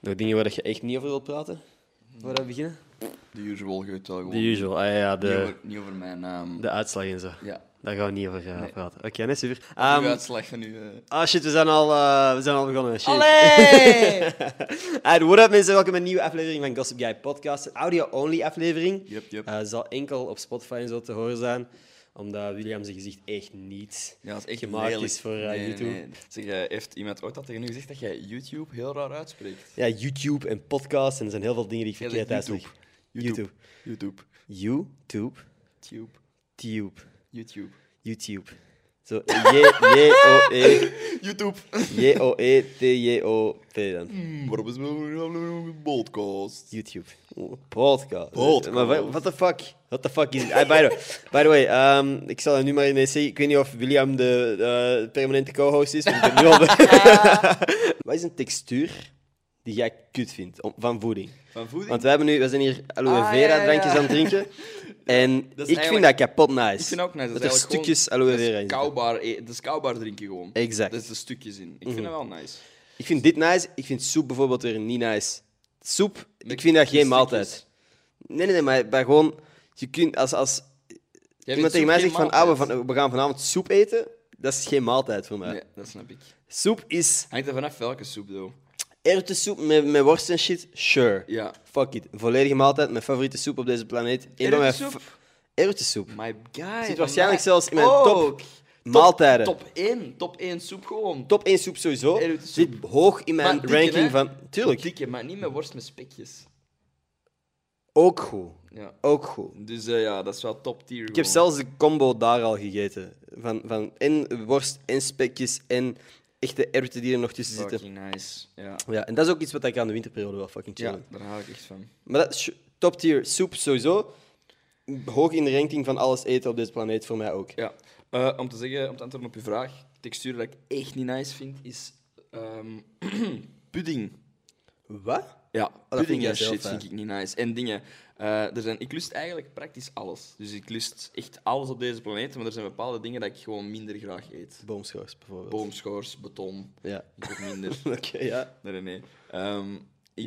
Nog dingen waar je echt niet over wilt praten? Waar we beginnen? The usual, je weet wel gewoon. De usual, ah, ja, ja, Niet, de, over, niet over mijn naam. de uitslag en zo. Ja. Daar gaan we niet over eh, Nee. praten. Oké, net super. Uw Ehm, uitslag van u. eh. Ah shit, we zijn al, eh, we zijn al begonnen. Shit. Allee! Alright, what up mensen, welkom bij een nieuwe aflevering van Gossip Guy Podcast. Een audio-only aflevering. Yep, yep. Eh, zal enkel op Spotify en zo te horen zijn, omdat William zijn gezicht echt niet Ja, dat is echt gemaakt lelijk. is voor eh, Nee, nee, YouTube. nee. Zeg, eh, heeft iemand ooit al tegen u gezegd dat jij YouTube heel raar uitspreekt? Ja, YouTube en podcasts en er zijn heel veel dingen die ik Jij verkeerd zegt uitspreek. YouTube. YouTube. YouTube. YouTube. Tube. YouTube. YouTube. Zo, J-J-O-E. YouTube. E, J-O-E-T-J-O-P dan. Hmm, Waarom is mijn podcast? YouTube. Oh, Podcast. Podcast. Maar wa- what the fuck? What the fuck is it? Ah, by the way, by the way ehm, ik zal het nu maar ineens zeggen. Ik weet niet of William de eh, permanente co-host is. want ik ben nu al de- Wat is een textuur die jij kut vindt om- van voeding? Van voeding? Want wij hebben nu, we zijn hier aloe Ah, vera ja, ja, drankjes ja. aan het drinken. En dat is ik vind dat eigenlijk- kapot nice. ik vind dat ook nice. Dat, is er eigenlijk gewoon- stukjes aloe dat is vera in zitten. Kauwbaar, eh, dat is kauwbaar drinken gewoon. Exact. Mhm. Dat is de stukjes in. Ik vind dat wel nice. Ik vind dit nice. Ik vind soep bijvoorbeeld weer niet nice. Soep, ik Met- vind dat met geen stukjes. maaltijd. Nee, nee, nee, maar, maar gewoon... Je kunt, als, als Jij iemand vindt tegen soep mij geen zegt van, maaltijd? ah, we, van, we gaan vanavond soep eten, dat is geen maaltijd voor mij. Nee, dat snap ik. Soep is Hangt er vanaf welke soep, though. erwtensoep met, met worst en shit, sure. Ja. Fuck it. Volledige maaltijd, mijn favoriete soep op deze planeet. Een van mijn Erwtensoep? fa- Erwtensoep. My guy. Zit vandaag waarschijnlijk zelfs in mijn ook. top maaltijden. Top 1. Top 1 soep gewoon. Top 1 soep sowieso. Erwtensoep. Zit hoog in mijn Maar dikke, ranking hè? van... Tuurlijk. Dikke, maar niet met worst met spekjes. Ook goed. Ja. Ook goed. Dus eh, ja, dat is wel top tier. Ik heb zelfs de combo daar al gegeten. Van, van en worst en spekjes en echte erwten die er nog tussen zitten. Fucking nice. Ja. Ja, en dat is ook iets wat ik aan de winterperiode wel fucking chill ja, vind. daar hou ik echt van. Maar dat is sh- top tier soep sowieso. Hoog in de ranking van alles eten op deze planeet voor mij ook. Ja. Eh, om te zeggen, om te antwoorden op je vraag, textuur dat ik echt niet nice vind, is ehm, pudding. Wat? Ja, dat vind pudding jij en zelf, shit hè? vind ik niet nice. En dingen. eh, er zijn, ik lust eigenlijk praktisch alles. Dus ik lust echt alles op deze planeet, maar er zijn bepaalde dingen dat ik gewoon minder graag eet. Boomschors bijvoorbeeld. Boomschors, beton, Ja. ik ook minder. Oké, ja. Nee, nee, nee. Ehm, ik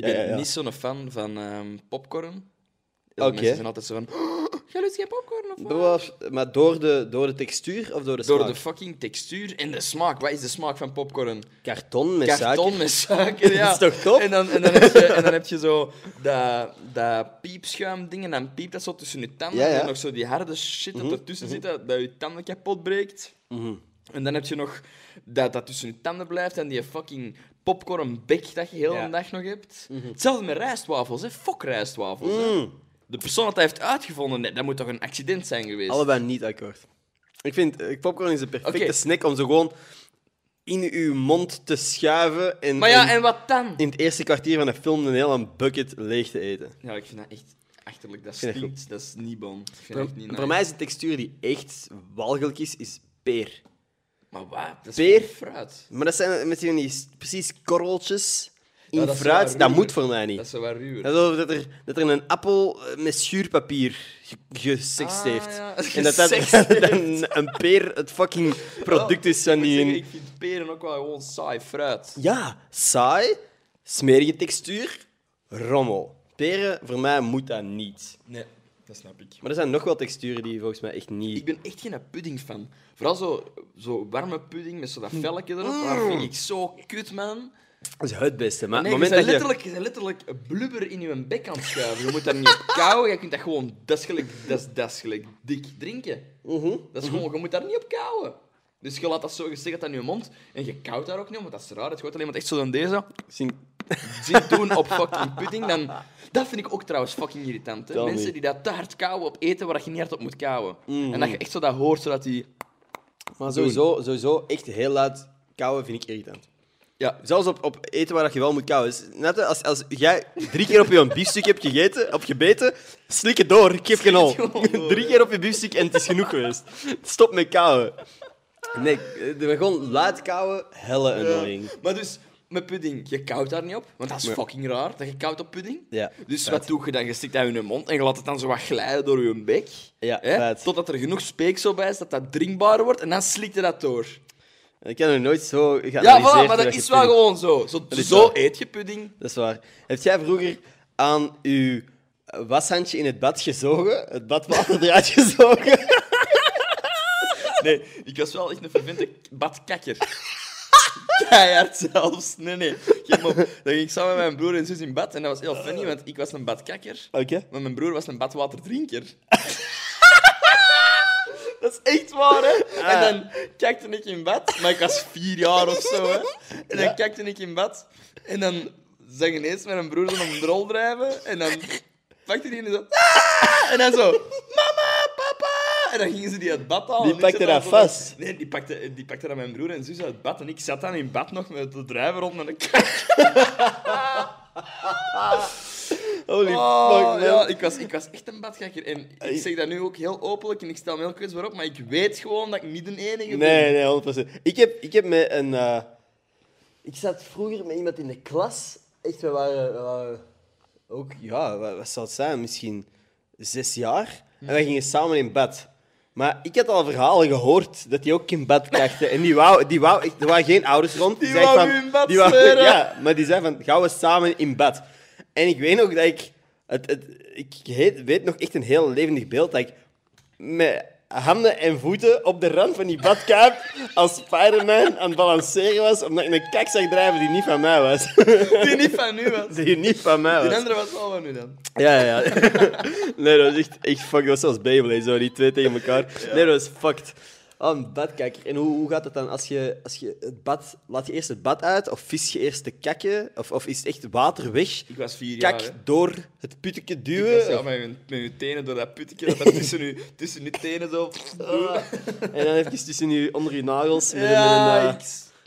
Ja, ben ja, ja. niet zo'n fan van ehm, popcorn. Oké. Oké. Mensen zijn altijd zo van... "Oh, jij lust geen popcorn of wat?" Bewust- Maar door de, door de textuur of door de Door smaak? de fucking textuur en de smaak. Wat is de smaak van popcorn? Karton met Karton suiker. met suiker, ja. Dat is toch top? En dan, en dan, heb, je, en dan heb je zo dat, dat piepschuim-ding en dan piept dat zo tussen je tanden. Ja, ja. Mhm, En dan nog zo die harde shit dat ertussen zit, dat, dat je tanden kapot breekt. En dan heb je nog dat dat tussen je tanden blijft en die fucking popcornbek dat je heel Ja. Mhm. de dag nog hebt. Hetzelfde met rijstwafels, hè. Fok rijstwafels, hè. De persoon dat dat heeft uitgevonden, nee, dat moet toch een accident zijn geweest? Allebei niet akkoord. Ik vind eh, popcorn is de perfecte Oké. snack om ze gewoon in uw mond te schuiven en, Maar en ja, en wat dan? in het eerste kwartier van de film een hele bucket leeg te eten. Ja, ik vind dat echt achterlijk. Dat vind dat stinkt, dat is niet bon. Ik vind dat Voor, echt niet voor nice. mij is de textuur die echt walgelijk is, is peer. Maar waar? Dat Peer? is gewoon fruit. Maar dat zijn met die s- precies korreltjes in Ja, dat is wel fruit. Dat ruwer. moet voor mij niet. Dat is wel ruwer. Dat is alsof dat er, dat er een appel eh, met schuurpapier ge- gesext Ah, heeft. ja. En dat, dat, Gesext heeft. dat een- een peer het fucking product is van Ik moet die... zeggen, Ik vind peren ook wel gewoon saai fruit. Ja, saai, smerige textuur, rommel. Peren, voor mij moet dat niet. Nee, dat snap ik. Maar er zijn nog wel texturen die volgens mij echt niet... Ik ben echt geen pudding fan. Vooral zo, zo warme pudding met zo Mm. dat velkje erop. Dat vind ik zo kut, man. Dat is het beste. Maar Nee, het je Ah, moment bent dat je... letterlijk, je bent letterlijk blubber in je bek aan het schuiven. Je moet dat niet op kauwen. Je kunt dat gewoon, dat is gelijk, dat is, dat is gelijk dik drinken. Mhm. Dat is gewoon, je moet daar niet op kauwen. Dus je laat dat zo gezegd aan je mond en je kauwt daar ook niet om, want dat is raar. Het gooit alleen maar echt zo dan deze Zien- zit doen op fucking pudding. Dan... Dat vind ik ook trouwens fucking irritant. Hè? Tel Mensen niet. die dat te hard kauwen op eten waar je niet hard op moet kauwen. Mm. En dat je echt zo dat hoort, zodat die... Maar sowieso, sowieso, echt heel laat kauwen vind ik irritant. Ja, Zelfs op, op eten waar dat je wel moet kauwen. Dus net als, als jij drie keer op je een biefstuk hebt gegeten, op gebeten, slik het door, ik geef geen hol. het gewoon door, Drie keer op je biefstuk en het is genoeg geweest. Stop met kauwen. Nee, eh, gewoon laat kauwen, helle annoying. Ja. Maar dus, met pudding, je kauwt daar niet op, want dat is Nee. fucking raar, dat je kauwt op pudding. Ja, Dus feit. wat doe je dan? Je stikt dat in je mond en je laat het dan zo wat glijden door je bek. Ja, hè? feit. Totdat er genoeg speeksel bij is dat dat drinkbaar wordt en dan slikt je dat door. Ik heb nog nooit zo Ja, geanalyseerd. voilà, maar hoe dat je is wel pudding- gewoon zo. Zo, is zo waar. eet je pudding. Dat is waar. Heb jij vroeger aan uw washandje in het bad gezogen? Het badwater eruit gezogen? Nee, ik was wel echt een vervente badkakker. Keihard zelfs. Nee, nee. Geen mop. Dan ging ik samen met mijn broer en zus in bad. En dat was heel funny, want ik was een badkakker. Oké. Maar mijn broer was een badwaterdrinker. Dat is echt waar, hè? Ah. En dan kijkte ik in bad, maar ik was vier jaar of zo, hè? En dan kijkte ik in bad en dan zag ineens mijn broer zo'n drol drijven en dan pakte hij die zo... "Ah!" En dan zo... Mama, papa! En dan gingen ze die uit bad halen. Die En ik zat pakte daar dat zo van- vast. Nee, die pakte, die pakte dan mijn broer en zus uit bad en ik zat dan in bad nog met de drijver rond en ik... Holy Oh, fuck, man. ja, ik was, ik was echt een badgekker. En ik zeg dat nu ook heel openlijk en ik stel me heel kwetsbaar op, maar ik weet gewoon dat ik niet de enige ben. Nee, nee, 100%. Ik heb, ik heb met een. eh, Ik zat vroeger met iemand in de klas. Echt, we waren, we waren ook, ja, wa- wat, zou het zijn? Misschien zes jaar. En Mhm. wij gingen samen in bed. Maar ik had al verhalen gehoord dat die ook in bed krachten. En die wou, die wou, echt- er waren geen ouders rond. Die zei wou van, u in bed die wou- smeren. Ja, maar die zei van, gaan we samen in bed. En ik weet nog dat ik... Het, het, ik heet- weet nog echt een heel levendig beeld dat ik met handen en voeten op de rand van die badkuip als Spider-Man aan het balanceren was, omdat ik een kak zag drijven die niet van mij was. Die niet van nu was. die niet van mij Die was. andere was wel van nu dan. Ja, ja. ja. nee, dat was echt, echt fuck. Dat was zoals Beyblade, zo, die twee tegen elkaar. Nee, dat was fucked. Oh, een badkakker. En hoe, hoe gaat het dan als je, als je het bad... Laat je eerst het bad uit of vis je eerst de kakken? Of, of is het echt water weg? Ik was vier Kak jaar. hè. door het putje Ik was duwen? ja, met, mijn, met mijn tenen door dat putje dat dat tussen, uw, tussen uw tenen zo... En dan even tussen je, onder je nagels met een- met een... ah. Ja, eh,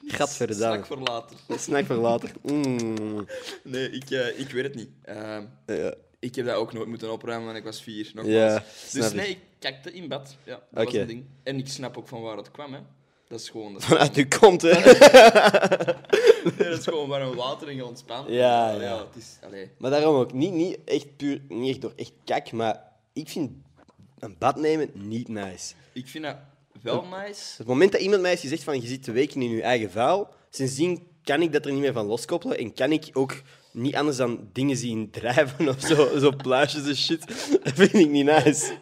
ik... Gadverdamme. Snak voor later. Snack voor later. Mm. Nee, ik, eh, ik weet het niet. Ehm, Ja. ik heb dat ook nooit moeten opruimen, want ik was vier, nogmaals. Ja, snap dus ik. nee, ik kakte in bad. Ja, dat was Oké. een ding. En ik snap ook van waar het kwam, hè. Dat is gewoon... Dat is Vanuit uw kont, Ah, hè? Nee, dat is gewoon warm water en je ontspant. Ja, ja. het is, allee. Maar daarom ook niet, niet echt puur, niet echt door echt kak, maar ik vind een bad nemen niet nice. Dus Ik vind dat wel nice. Het moment dat iemand mij heeft gezegd van je zit te weken in je eigen vuil, sindsdien kan ik dat er niet meer van loskoppelen en kan ik ook niet anders dan dingen zien drijven of zo, zo pluisjes en shit. Dat vind ik niet nice.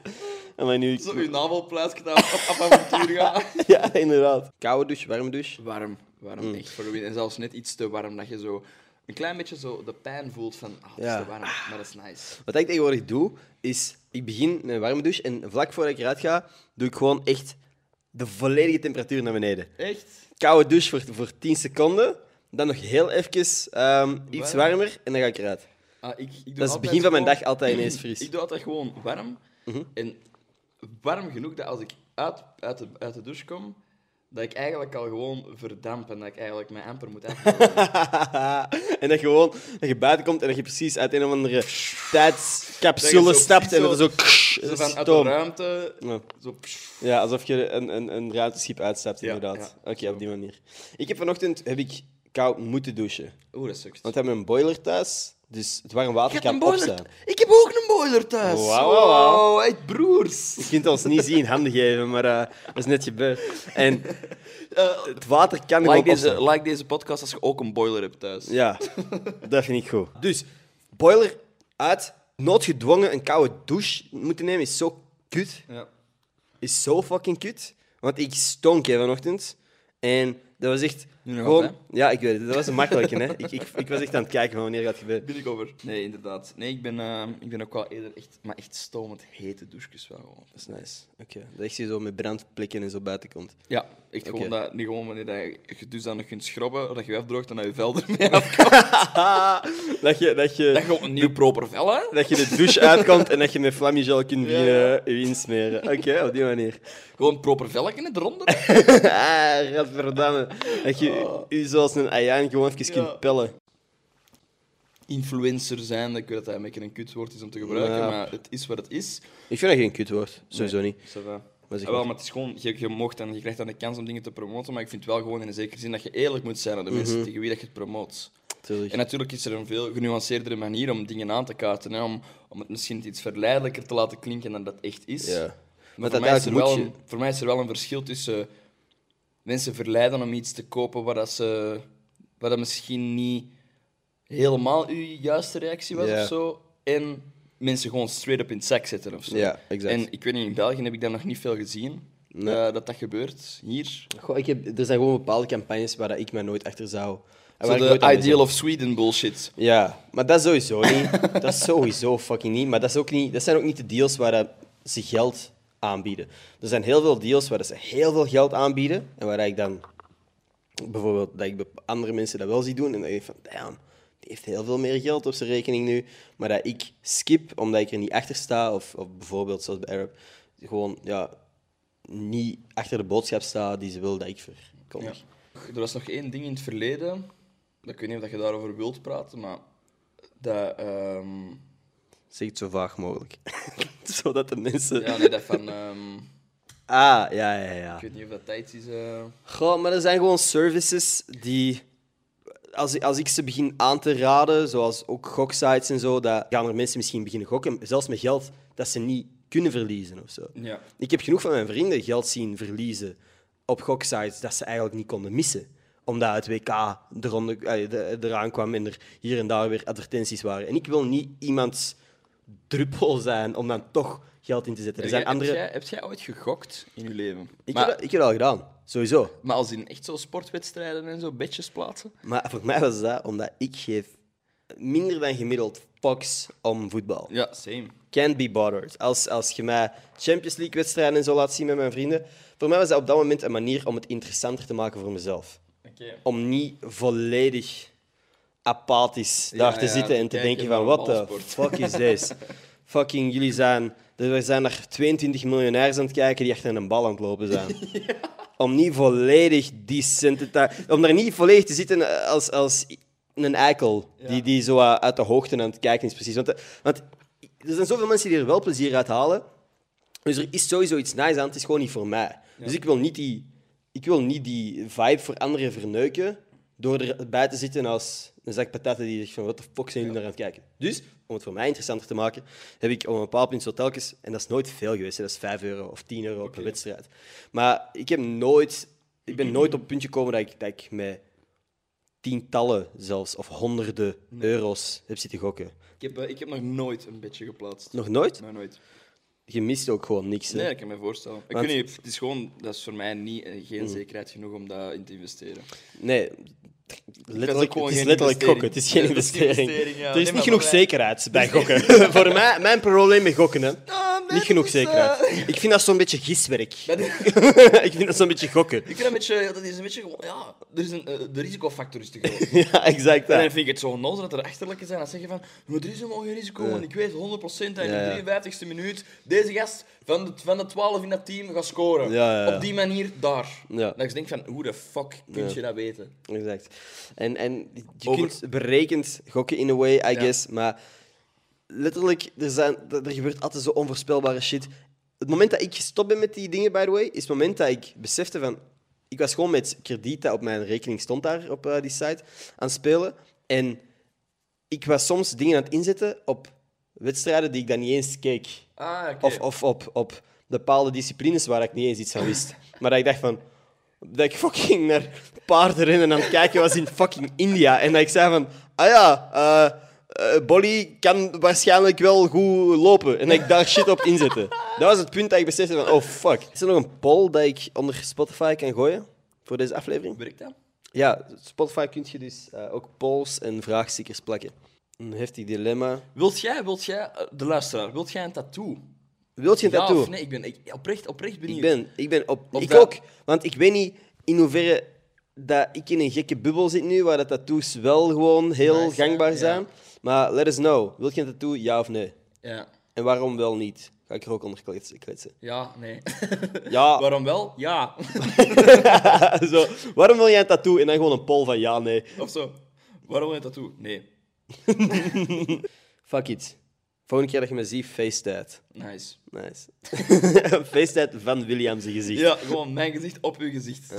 En maar nu... Zo je navelpluisje dat op, op avontuur gaan. Ja, inderdaad. Koude douche, warme douche. Warm, warm, Mm. echt voor de wind. En zelfs net iets te warm, dat je zo een klein beetje zo de pijn voelt van, ah, het Ja. is te warm, maar dat is nice. Wat ik tegenwoordig doe, is ik begin met een warme douche en vlak voordat ik eruit ga, doe ik gewoon echt de volledige temperatuur naar beneden. Echt? Koude douche voor, voor 10 seconden, dan nog heel even ehm, iets Warm. warmer en dan ga ik eruit. Ah, ik, ik doe Dat is het altijd begin van mijn gewoon- dag altijd ineens fris. Mhm. Ik doe altijd gewoon warm. En warm genoeg dat als ik uit, uit, de, uit de douche kom, dat ik eigenlijk al gewoon verdamp en dat ik eigenlijk mijn amper moet afkomen. en dat je gewoon dat je buiten komt en dat je precies uit een of andere Dat je tijdscapsule zo stapt en dat er zo, Zo van uit de stoom. ruimte, Ja. zo... pff, Ja, alsof je een, een, een ruimteschip uitstapt, Ja, inderdaad. ja. Oké, op die manier. Ik heb vanochtend heb ik koud moeten douchen. Oeh, dat sukt. Want we hebben een boiler thuis, dus het warm water Ik heb kan een opstaan. boiler. Ik heb ook een boiler thuis. Wauw, wauw, wauw. Wow, echt broers. Je kunt ons niet zien handen geven, maar eh, dat is net gebeurd. En Eh, het water kan gewoon like, eh, deze, opstaan. like deze podcast als je ook een boiler hebt thuis. Ja, dat vind ik goed. Dus, boiler uit, noodgedwongen een koude douche moeten nemen is zo kut. Ja. Is zo fucking kut. Want ik stonk hè, vanochtend. En dat was echt... Nu nog gewoon- altijd? Ja, ik weet het. Dat was een makkelijke, hè. Ik, ik, ik was echt aan het kijken van wanneer gaat het gebeuren. Ben ik over. Nee, inderdaad. Nee, ik ben, eh, ik ben ook wel eerder echt, maar echt stomend hete douches wel. gewoon. Dat is nice. Oké. Dat echt je zo met brandplekken en zo buiten komt. Ja, echt gewoon, Oké. dat, niet gewoon wanneer dat je, je dus dan nog kunt schrobben, dat je afdroogt en dat je vel ermee afkomt. Dat je, dat je, Dat je op een nieuw proper vel, hè? dat je de douche uitkomt en dat je met flammigel kunt Ja. beginnen je insmeren. Oké, op die manier. Gewoon proper velletje eronder. Ah, gadverdamme. Dat je je zoals een ajaan gewoon even Oh. Ja. kunt pellen. Influencer zijn, ik weet dat dat een beetje een kutwoord is om te gebruiken, Ja. maar het is wat het is. Ik vind dat geen kutwoord. Sowieso Nee, niet. ça va. Maar zeg Ah, wel, maar. maar het is gewoon, je, je mocht en je krijgt dan de kans om dingen te promoten, maar ik vind wel gewoon in een zekere zin dat je eerlijk moet zijn aan de mensen tegen wie dat je het promoot. Tuurlijk. En natuurlijk is er een veel genuanceerdere manier om dingen aan te kaarten, hè, om, om het misschien iets verleidelijker te laten klinken dan dat echt is. Ja. Maar Want voor mij, is er uiteindelijk wel moet een, voor mij is er wel een verschil tussen mensen verleiden om iets te kopen waar dat, ze, waar dat misschien niet helemaal uw juiste reactie was Ja. of zo. En mensen gewoon straight up in het zak zetten of zo. Ja, exact. En ik weet niet, in België heb ik dat nog niet veel gezien. eh, dat dat gebeurt hier. Goh, ik heb, er zijn gewoon bepaalde campagnes waar dat ik me nooit achter zou. en Zo waar Ah, ik nooit aan de mee Ideal of Sweden bullshit. zou- Ja, maar dat sowieso niet. dat is sowieso fucking niet. Maar dat, is ook niet, dat zijn ook niet de deals waar dat ze geld aanbieden. Er zijn heel veel deals waar dat ze heel veel geld aanbieden. En waar ik dan bijvoorbeeld dat ik bij andere mensen dat wel zie doen. En dan denk ik van, damn, die heeft heel veel meer geld op zijn rekening nu. Maar dat ik skip omdat ik er niet achter sta. Of, of bijvoorbeeld zoals bij Arab, gewoon ja, niet achter de boodschap sta die ze wil dat ik verkondig. Er was nog één ding in het verleden. Ik weet niet of dat je daarover wilt praten, maar dat. ehm, Zeg het zo vaag mogelijk. Zodat de mensen... ja, nee, dat van. ehm, Ah, ja, ja, ja. ik weet niet of dat tijd is. eh. Goh, maar er zijn gewoon services die... Als, als ik ze begin aan te raden, zoals ook goksites en zo, dan gaan er mensen misschien beginnen gokken. Zelfs met geld dat ze niet kunnen verliezen of zo. Ja. Ik heb genoeg van mijn vrienden geld zien verliezen op goksites dat ze eigenlijk niet konden missen. Omdat het WK eronder, eh, de- eraan kwam en er hier en daar weer advertenties waren. En ik wil niet iemands druppel zijn om dan toch geld in te zetten. Er zijn andere... Heb jij, heb jij ooit gegokt in je leven? Ik, maar, heb dat, ik heb dat al gedaan, sowieso. maar als in echt zo sportwedstrijden en zo, bedjes plaatsen? Maar voor mij was dat omdat ik geef minder dan gemiddeld fucks om voetbal. Ja, same. Can't be bothered. Als, als je mij Champions League-wedstrijden en zo laat zien met mijn vrienden... Voor mij was dat op dat moment een manier om het interessanter te maken voor mezelf. Oké. Om niet volledig apathisch daar Ja, te ja, zitten en te kijken denken van... naar What the balsport." fuck is this? Fucking, jullie zijn... Er zijn er 22 miljonairs aan het kijken die achter een bal aan het lopen zijn. om niet volledig die sentita- om daar niet volledig te zitten als, als een eikel die, die zo eh, uit de hoogte aan het kijken is precies. Want, eh, want er zijn zoveel mensen die er wel plezier uit halen, dus er is sowieso iets nice aan. Het is gewoon niet voor mij. Dus ik wil niet die, ik wil niet die vibe voor anderen verneuken door erbij te zitten als een zak patatten die zegt van wat de fuck zijn jullie naar aan het kijken. Dus om het voor mij interessanter te maken, heb ik op een bepaald punt zo telkens, en dat is nooit veel geweest, hè, dat is 5 euro of 10 euro op een wedstrijd. Maar ik heb nooit, ik ben nooit op het puntje gekomen dat ik, dat ik met tientallen zelfs of honderden euro's heb zitten gokken. Ik, heb, eh, ik heb nog nooit een bedje geplaatst. Nog nooit? Nog nooit. Je mist ook gewoon niks. hè. Nee, ik kan me voorstellen. Ik Want- weet niet, het is gewoon, dat is voor mij niet, eh, geen Mm. zekerheid genoeg om daarin te investeren. Nee, Dat is ook letterlijk, gewoon het is geen letterlijk investering. gokken. Het is geen Ja, dat is geen investering. investering, ja. Er is Nee, maar niet genoeg voor mij- zekerheid bij gokken. Voor mij, mijn probleem met gokken, hè. Ah, niet genoeg zekerheid. eh, Ik vind dat zo'n beetje giswerk. Dat is- ik vind dat zo'n beetje gokken. Ik vind dat een beetje, dat is een beetje gewoon, ja, er is een, eh, de risicofactor is te groot. Ja, exact. En dat. dan vind ik het zo onnozel dat er achterlijke zijn dat zeggen van, maar er is helemaal geen risico, want ik weet 100% dat in Ja, ja. de 53ste minuut deze gast van de, van de 12 in dat team gaat scoren. Ja, ja, ja. Op die manier, daar. Ja. Dat je denkt van, hoe de fuck kun je dat weten? Exact. En, en je Over- kunt berekend gokken in a way, I guess, maar letterlijk, er, zijn, er er gebeurt altijd zo onvoorspelbare shit. Het moment dat ik gestopt ben met die dingen, by the way, is het moment dat ik besefte van... Ik was gewoon met krediet dat op mijn rekening stond daar, op eh, die site, aan het spelen. En ik was soms dingen aan het inzetten op wedstrijden die ik dan niet eens keek. Ah, oké. Of, of op, op bepaalde disciplines waar ik niet eens iets van wist. Maar dat ik dacht van... Dat ik fucking naar paardenrennen aan het kijken was in fucking India. En dat ik zei van... Ah ja, eh eh, Bolly kan waarschijnlijk wel goed lopen. En dat ik daar shit op inzette. Dat was het punt dat ik besefte van... Oh, fuck. Is er nog een poll dat ik onder Spotify kan gooien? Voor deze aflevering? Werkt dat? Ja, Spotify kun je dus eh, ook polls en vraagstickers plakken. Een heftig dilemma. Wilt jij, wilt jij, eh, de luisteraar, wilt jij een tattoo? Wilt je een tattoo? Ja of nee? Ik ben ik, oprecht, oprecht benieuwd. Ik ben, ik ben op. Of ik dat- ook, want ik weet niet in hoeverre dat ik in een gekke bubbel zit nu, waar dat tattoos wel gewoon heel Nice, gangbaar ja. zijn. Maar let us know. Wil je een tattoo? Ja of nee? Ja. En waarom wel niet? Ga ik er ook onder klets- kletsen. Ja, nee. Ja, Waarom wel? Ja. zo. Waarom wil jij een tattoo? En dan gewoon een poll van ja, nee. of zo. Waarom een tattoo? Nee. Fuck it. Volgende keer dat je me ziet, face tijd. Nice. Nice. face tijd van Williams gezicht. Ja, gewoon mijn gezicht op uw gezicht.